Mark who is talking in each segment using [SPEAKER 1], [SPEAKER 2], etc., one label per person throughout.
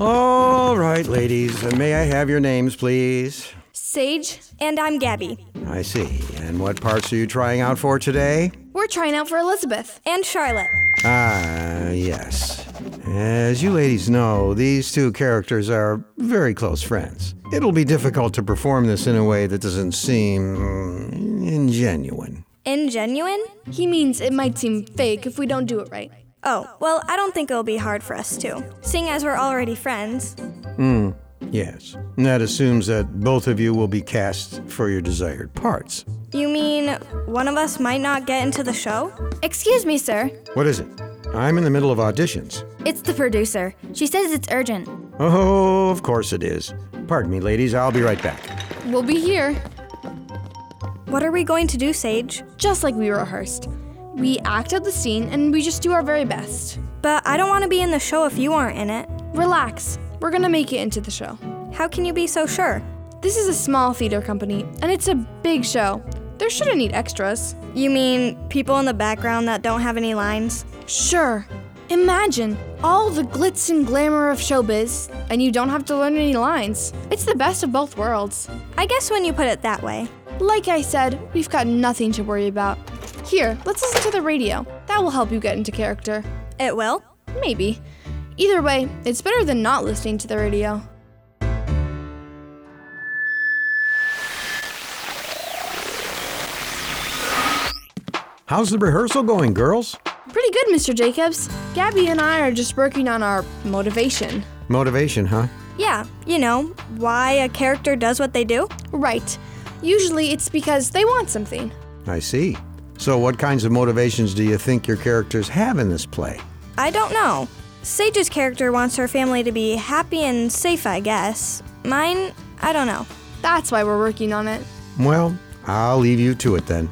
[SPEAKER 1] All right, ladies, uh, may I have your names, please?
[SPEAKER 2] Sage, and I'm Gabby.
[SPEAKER 1] I see. And what parts are you trying out for today?
[SPEAKER 3] We're trying out for Elizabeth.
[SPEAKER 2] And Charlotte.
[SPEAKER 1] Ah, yes. As you ladies know, these two characters are very close friends. It'll be difficult to perform this in a way that doesn't seem mm, ingenuine.
[SPEAKER 2] Ingenuine?
[SPEAKER 3] He means it might seem fake if we don't do it right.
[SPEAKER 2] Oh, well, I don't think it'll be hard for us to, seeing as we're already friends.
[SPEAKER 1] Yes. And that assumes that both of you will be cast for your desired parts.
[SPEAKER 2] You mean one of us might not get into the show?
[SPEAKER 4] Excuse me, sir.
[SPEAKER 1] What is it? I'm in the middle of auditions.
[SPEAKER 4] It's the producer. She says it's urgent.
[SPEAKER 1] Oh, of course it is. Pardon me, ladies, I'll be right back.
[SPEAKER 3] We'll be here,
[SPEAKER 2] What are we going to do, Sage?
[SPEAKER 3] just like we rehearsed. We act out the scene and we just do our very best.
[SPEAKER 2] But I don't want to be in the show if you aren't in it.
[SPEAKER 3] Relax, we're gonna make it into the show.
[SPEAKER 2] How can you be so sure?
[SPEAKER 3] This is a small theater company, and it's a big show. There shouldn't need extras.
[SPEAKER 2] You mean people in the background that don't have any lines?
[SPEAKER 3] Sure. Imagine all the glitz and glamour of showbiz, and you don't have to learn any lines. It's the best of both worlds.
[SPEAKER 2] I guess when you put it that way.
[SPEAKER 3] Like I said, we've got nothing to worry about. Here, let's listen to the radio. That will help you get into character.
[SPEAKER 2] It will?
[SPEAKER 3] Maybe. Either way, it's better than not listening to the radio.
[SPEAKER 1] How's the rehearsal going, girls?
[SPEAKER 3] Pretty good, Mr. Jacobs. Gabby and I are just working on our motivation.
[SPEAKER 1] Motivation, huh?
[SPEAKER 2] Yeah, you know, why a character does what they do?
[SPEAKER 3] Right. Usually it's because they want something.
[SPEAKER 1] I see. So, what kinds of motivations do you think your characters have in this play?
[SPEAKER 2] I don't know. Sage's character wants her family to be happy and safe, I guess. Mine, I don't know.
[SPEAKER 3] That's why we're working on it.
[SPEAKER 1] Well, I'll leave you to it then.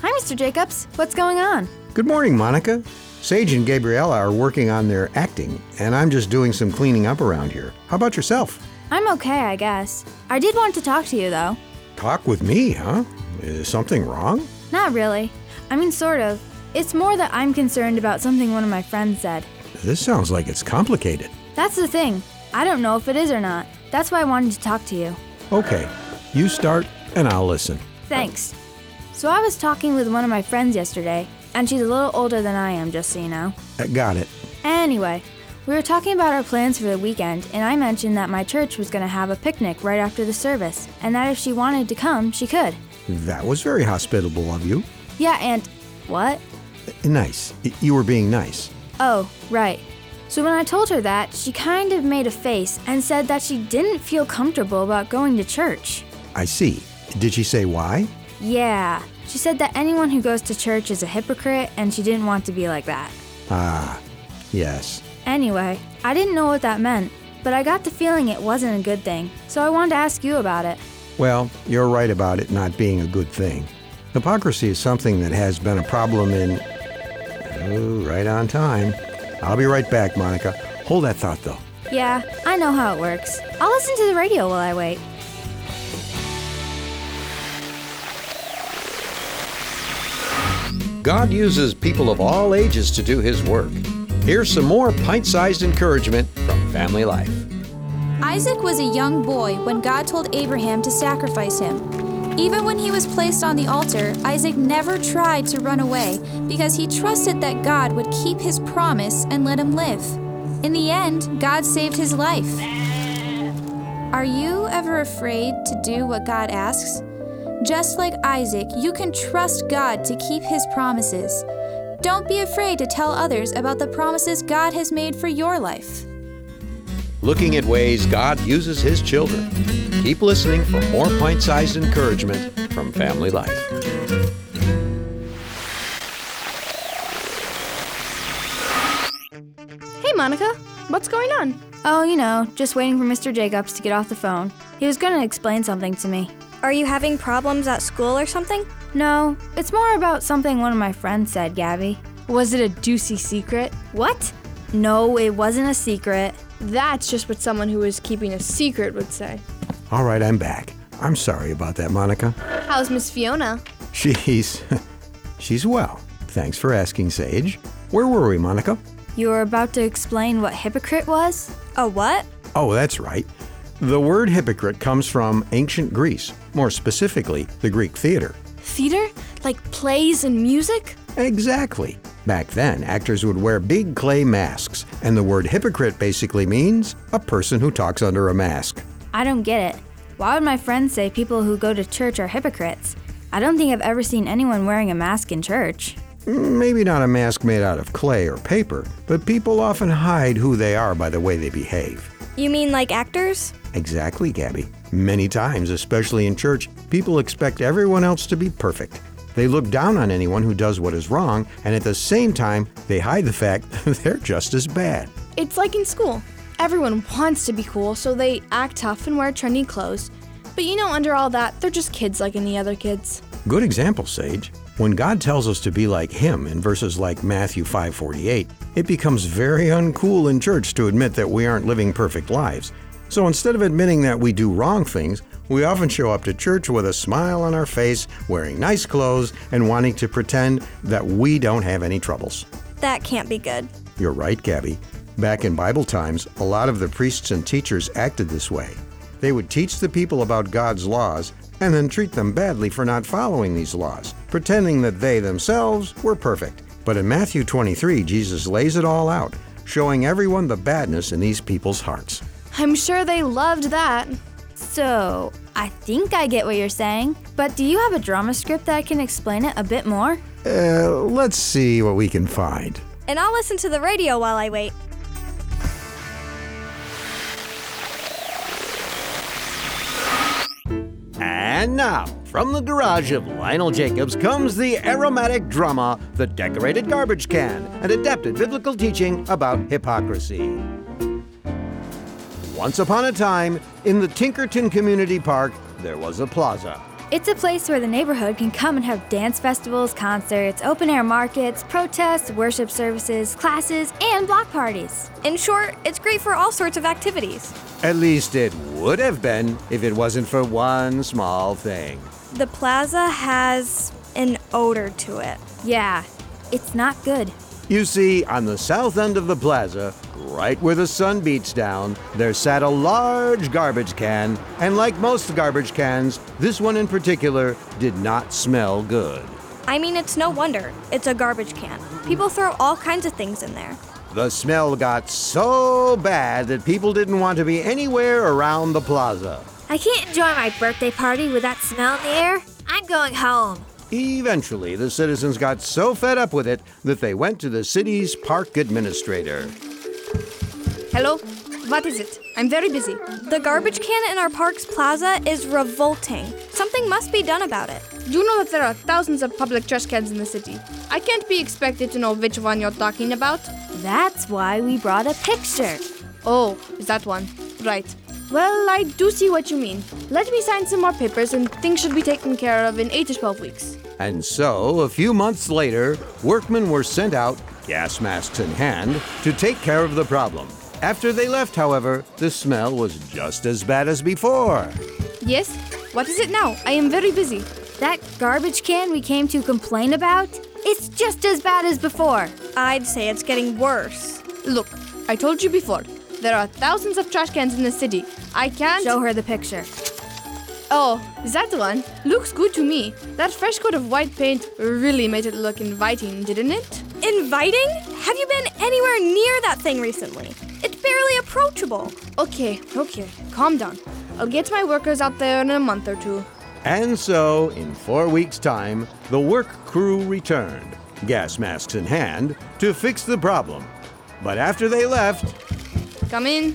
[SPEAKER 4] Hi, Mr. Jacobs. What's going on?
[SPEAKER 1] Good morning, Monica. Sage and Gabriella are working on their acting, and I'm just doing some cleaning up around here. How about yourself?
[SPEAKER 4] I'm okay, I guess. I did want to talk to you, though.
[SPEAKER 1] Talk with me, huh? Is something wrong?
[SPEAKER 4] Not really. I mean, sort of. It's more that I'm concerned about something one of my friends said.
[SPEAKER 1] This sounds like it's complicated.
[SPEAKER 4] That's the thing. I don't know if it is or not. That's why I wanted to talk to you.
[SPEAKER 1] Okay, you start, and I'll listen.
[SPEAKER 4] Thanks. So, I was talking with one of my friends yesterday, and she's a little older than I am, just so you know.
[SPEAKER 1] Uh, got it.
[SPEAKER 4] Anyway, we were talking about our plans for the weekend, and I mentioned that my church was going to have a picnic right after the service, and that if she wanted to come, she could.
[SPEAKER 1] That was very hospitable of you.
[SPEAKER 4] Yeah, and what?
[SPEAKER 1] Nice. Y- You were being nice.
[SPEAKER 4] Oh, right. So when I told her that, she kind of made a face and said that she didn't feel comfortable about going to church.
[SPEAKER 1] I see. Did she say why?
[SPEAKER 4] Yeah, she said that anyone who goes to church is a hypocrite and she didn't want to be like that.
[SPEAKER 1] Ah, yes.
[SPEAKER 4] Anyway, I didn't know what that meant, but I got the feeling it wasn't a good thing, so I wanted to ask you about it.
[SPEAKER 1] Well, you're right about it not being a good thing. Hypocrisy is something that has been a problem in. Oh, right on time. I'll be right back, Monica. Hold that thought, though.
[SPEAKER 4] Yeah, I know how it works. I'll listen to the radio while I wait.
[SPEAKER 1] God uses people of all ages to do his work. Here's some more pint sized encouragement from Family Life.
[SPEAKER 5] Isaac was a young boy when God told Abraham to sacrifice him. Even when he was placed on the altar, Isaac never tried to run away because he trusted that God would keep his promise and let him live. In the end, God saved his life. Are you ever afraid to do what God asks? Just like Isaac, you can trust God to keep his promises. Don't be afraid to tell others about the promises God has made for your life.
[SPEAKER 1] looking at ways God uses his children. Keep listening for more pint sized encouragement from Family Life.
[SPEAKER 3] Hey, Monica, what's going on?
[SPEAKER 4] Oh, you know, just waiting for Mr. Jacobs to get off the phone. He was going to explain something to me.
[SPEAKER 2] Are you having problems at school or something?
[SPEAKER 4] No, it's more about something one of my friends said, Gabby.
[SPEAKER 3] Was it a juicy secret?
[SPEAKER 4] What? No, it wasn't a secret.
[SPEAKER 3] That's just what someone who is keeping a secret would say.
[SPEAKER 1] All right, I'm back. I'm sorry about that, Monica.
[SPEAKER 3] How's Miss Fiona?
[SPEAKER 1] She's. she's well. Thanks for asking, Sage. Where were we, Monica?
[SPEAKER 4] You were about to explain what hypocrite was?
[SPEAKER 2] A what?
[SPEAKER 1] Oh, that's right. The word hypocrite comes from ancient Greece, more specifically, the Greek theater.
[SPEAKER 3] Theater? Like plays and music?
[SPEAKER 1] Exactly. Back then, actors would wear big clay masks, and the word hypocrite basically means a person who talks under a mask.
[SPEAKER 4] I don't get it. Why would my friends say people who go to church are hypocrites? I don't think I've ever seen anyone wearing a mask in church.
[SPEAKER 1] Maybe not a mask made out of clay or paper, but people often hide who they are by the way they behave.
[SPEAKER 2] You mean like actors?
[SPEAKER 1] Exactly, Gabby. Many times, especially in church, people expect everyone else to be perfect. They look down on anyone who does what is wrong, and at the same time, they hide the fact they're just as bad.
[SPEAKER 3] It's like in school. Everyone wants to be cool, so they act tough and wear trendy clothes. But you know, under all that, they're just kids like any other kids.
[SPEAKER 1] Good example, Sage. When God tells us to be like him in verses like Matthew 5:48, it becomes very uncool in church to admit that we aren't living perfect lives. So instead of admitting that we do wrong things, we often show up to church with a smile on our face, wearing nice clothes, and wanting to pretend that we don't have any troubles.
[SPEAKER 2] That can't be good.
[SPEAKER 1] You're right, Gabby. Back in Bible times, a lot of the priests and teachers acted this way. They would teach the people about God's laws and then treat them badly for not following these laws, pretending that they themselves were perfect. But in Matthew 23, Jesus lays it all out, showing everyone the badness in these people's hearts.
[SPEAKER 3] I'm sure they loved that.
[SPEAKER 4] So, I think I get what you're saying, but do you have a drama script that can explain it a bit more?
[SPEAKER 1] Uh, let's see what we can find.
[SPEAKER 2] And I'll listen to the radio while I wait.
[SPEAKER 6] And now, from the garage of Lionel Jacobs comes the aromatic drama, The Decorated Garbage Can, an adapted biblical teaching about hypocrisy. Once upon a time, in the Tinkerton Community Park, there was a plaza.
[SPEAKER 4] It's a place where the neighborhood can come and have dance festivals, concerts, open air markets, protests, worship services, classes, and block parties.
[SPEAKER 2] In short, it's great for all sorts of activities.
[SPEAKER 6] At least it would have been if it wasn't for one small thing.
[SPEAKER 2] The plaza has an odor to it.
[SPEAKER 4] Yeah, it's not good.
[SPEAKER 6] You see, on the south end of the plaza, right where the sun beats down, there sat a large garbage can, and like most garbage cans, this one in particular did not smell good.
[SPEAKER 2] I mean, it's no wonder. It's a garbage can. People throw all kinds of things in there.
[SPEAKER 6] The smell got so bad that people didn't want to be anywhere around the plaza.
[SPEAKER 7] I can't enjoy my birthday party with that smell in the air. I'm going home.
[SPEAKER 6] Eventually, the citizens got so fed up with it that they went to the city's park administrator.
[SPEAKER 3] Hello? What is it? I'm very busy.
[SPEAKER 2] The garbage can in our park's plaza is revolting. Something must be done about it.
[SPEAKER 3] You know that there are thousands of public trash cans in the city. I can't be expected to know which one you're talking about.
[SPEAKER 4] That's why we brought a picture.
[SPEAKER 3] Oh, is that one? Right. Well, I do see what you mean. Let me sign some more papers and things should be taken care of in 8 to 12 weeks.
[SPEAKER 6] And so, a few months later, workmen were sent out, gas masks in hand, to take care of the problem. After they left, however, the smell was just as bad as before.
[SPEAKER 3] Yes? What is it now? I am very busy.
[SPEAKER 4] That garbage can we came to complain about? It's just as bad as before.
[SPEAKER 2] I'd say it's getting worse.
[SPEAKER 3] Look, I told you before, there are thousands of trash cans in the city. I can't.
[SPEAKER 4] Show her the picture.
[SPEAKER 3] Oh, that one looks good to me. That fresh coat of white paint really made it look inviting, didn't it?
[SPEAKER 2] Inviting? Have you been anywhere near that thing recently? It's barely approachable.
[SPEAKER 3] Okay, okay, calm down. I'll get my workers out there in a month or two.
[SPEAKER 6] And so, in four weeks' time, the work crew returned, gas masks in hand, to fix the problem. But after they left,
[SPEAKER 3] Come in.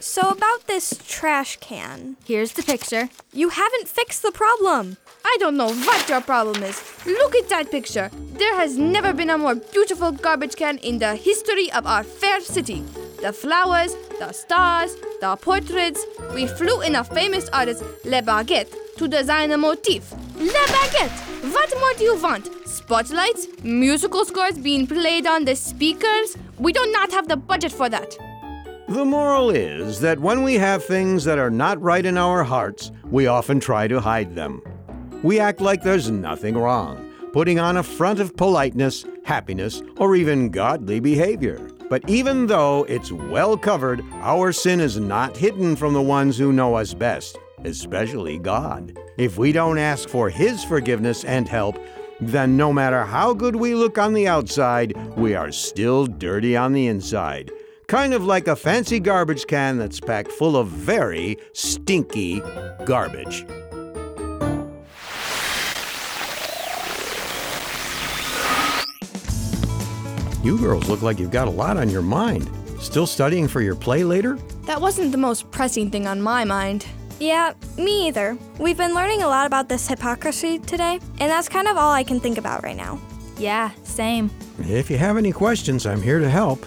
[SPEAKER 2] So, about this trash can,
[SPEAKER 4] Here's the picture.
[SPEAKER 2] you haven't fixed the problem.
[SPEAKER 3] I don't know what your problem is. Look at that picture. There has never been a more beautiful garbage can in the history of our fair city. The flowers, the stars, the portraits. We flew in a famous artist, Le Baguette, to design a motif. Le Baguette! What more do you want? Spotlights? Musical scores being played on the speakers? We do not have the budget for that.
[SPEAKER 6] the moral is that when we have things that are not right in our hearts, we often try to hide them. We act like there's nothing wrong, putting on a front of politeness happiness, or even godly behavior. But even though it's well covered, our sin is not hidden from the ones who know us best, especially God. If we don't ask for His forgiveness and help, then no matter how good we look on the outside, we are still dirty on the inside. Kind of like a fancy garbage can that's packed full of very stinky garbage.
[SPEAKER 1] You girls look like you've got a lot on your mind. Still studying for your play later?
[SPEAKER 3] That wasn't the most pressing thing on my mind.
[SPEAKER 2] Yeah, me either. We've been learning a lot about this hypocrisy today, and that's kind of all I can think about right now.
[SPEAKER 4] Yeah, same.
[SPEAKER 1] If you have any questions, I'm here to help.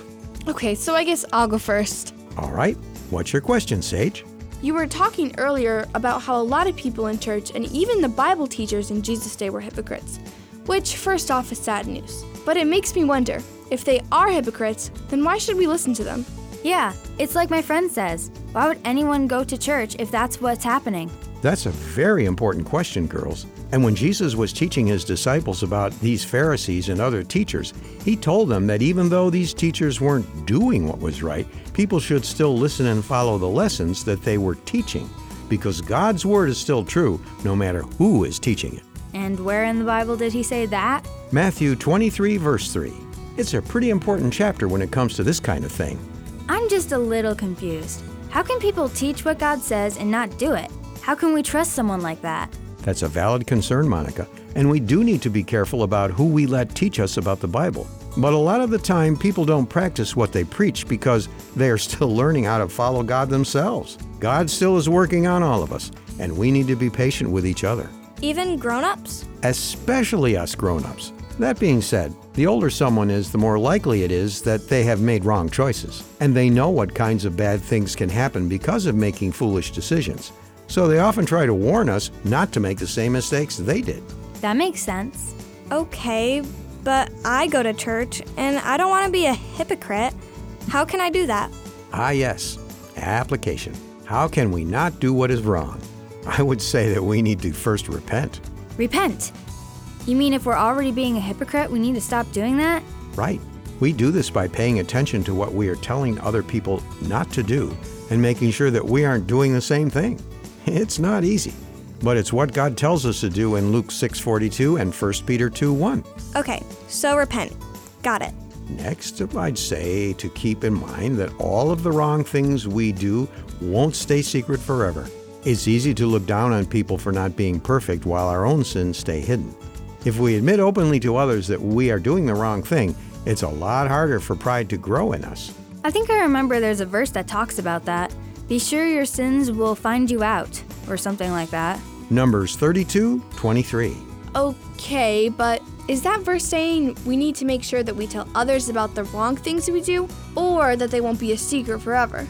[SPEAKER 3] Okay, so I guess I'll go first.
[SPEAKER 1] All right, what's your question, Sage?
[SPEAKER 3] You were talking earlier about how a lot of people in church and even the Bible teachers in Jesus' day were hypocrites, which, first off, is sad news. But it makes me wonder if they are hypocrites, then why should we listen to them?
[SPEAKER 4] Yeah, it's like my friend says why would anyone go to church if that's what's happening?
[SPEAKER 1] That's a very important question, girls. And when Jesus was teaching his disciples about these Pharisees and other teachers, he told them that even though these teachers weren't doing what was right, people should still listen and follow the lessons that they were teaching. Because God's word is still true, no matter who is teaching it.
[SPEAKER 4] And where in the Bible did he say that?
[SPEAKER 1] Matthew 23, verse 3. It's a pretty important chapter when it comes to this kind of thing.
[SPEAKER 4] I'm just a little confused. How can people teach what God says and not do it? How can we trust someone like that?
[SPEAKER 1] That's a valid concern, Monica, and we do need to be careful about who we let teach us about the Bible. But a lot of the time, people don't practice what they preach because they are still learning how to follow God themselves. God still is working on all of us, and we need to be patient with each other,
[SPEAKER 2] Even grown ups?
[SPEAKER 1] especially us grown ups. That being said, the older someone is, the more likely it is that they have made wrong choices, and they know what kinds of bad things can happen because of making foolish decisions. So they often try to warn us not to make the same mistakes they did.
[SPEAKER 4] That makes sense.
[SPEAKER 2] Okay, but I go to church, and I don't want to be a hypocrite. How can I do that?
[SPEAKER 1] Ah, yes, application. How can we not do what is wrong? I would say that we need to first repent.
[SPEAKER 4] Repent. You mean if we're already being a hypocrite, we need to stop doing that?
[SPEAKER 1] Right. We do this by paying attention to what we are telling other people not to do and making sure that we aren't doing the same thing. It's not easy, but it's what God tells us to do in Luke 6:42 and 1 Peter 2:1.
[SPEAKER 2] Okay, so repent. Got it.
[SPEAKER 1] Next, I'd say to keep in mind that all of the wrong things we do won't stay secret forever. It's easy to look down on people for not being perfect while our own sins stay hidden. If we admit openly to others that we are doing the wrong thing, it's a lot harder for pride to grow in us.
[SPEAKER 4] I think I remember there's a verse that talks about that. Be sure your sins will find you out, or something like that.
[SPEAKER 1] Numbers 32 23.
[SPEAKER 3] Okay, but is that verse saying we need to make sure that we tell others about the wrong things we do, or that they won't be a secret forever?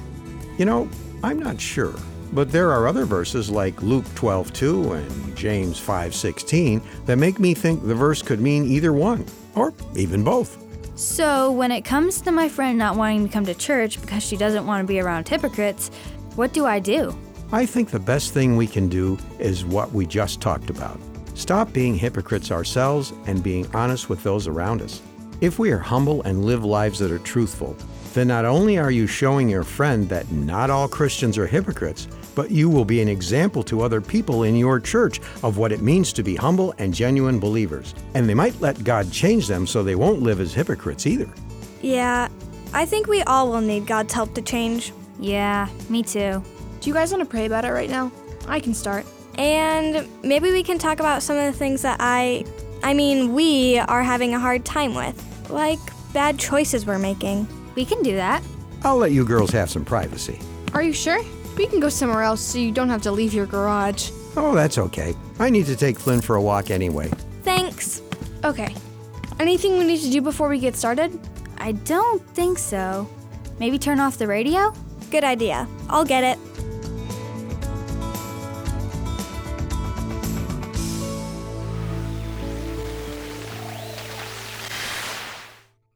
[SPEAKER 1] You know, I'm not sure, but there are other verses like Luke 12:2 and James 5:16 that make me think the verse could mean either one or even both.
[SPEAKER 4] So, when it comes to my friend not wanting to come to church because she doesn't want to be around hypocrites, what do I do?
[SPEAKER 1] I think the best thing we can do is what we just talked about. Stop being hypocrites ourselves and being honest with those around us. If we are humble and live lives that are truthful, then not only are you showing your friend that not all Christians are hypocrites, but you will be an example to other people in your church of what it means to be humble and genuine believers. And they might let God change them so they won't live as hypocrites either.
[SPEAKER 2] Yeah, I think we all will need God's help to change.
[SPEAKER 4] Yeah, me too.
[SPEAKER 3] Do you guys want to pray about it right now? I can start.
[SPEAKER 2] And maybe we can talk about some of the things that I, I mean, we are having a hard time with, like bad choices we're making.
[SPEAKER 4] We can do that.
[SPEAKER 1] I'll let you girls have some privacy.
[SPEAKER 3] Are you sure? We can go somewhere else so you don't have to leave your garage.
[SPEAKER 1] Oh, that's okay. I need to take Flynn for a walk anyway.
[SPEAKER 2] Thanks.
[SPEAKER 3] Okay. Anything we need to do before we get started?
[SPEAKER 4] I don't think so. Maybe turn off the radio?
[SPEAKER 2] Good idea. I'll get it.